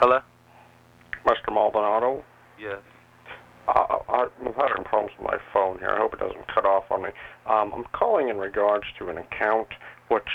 Hello? Mr. Maldonado. Yes. I, I, I'm having problems with my phone here. I hope it doesn't cut off on me. Um, I'm calling in regards to an account which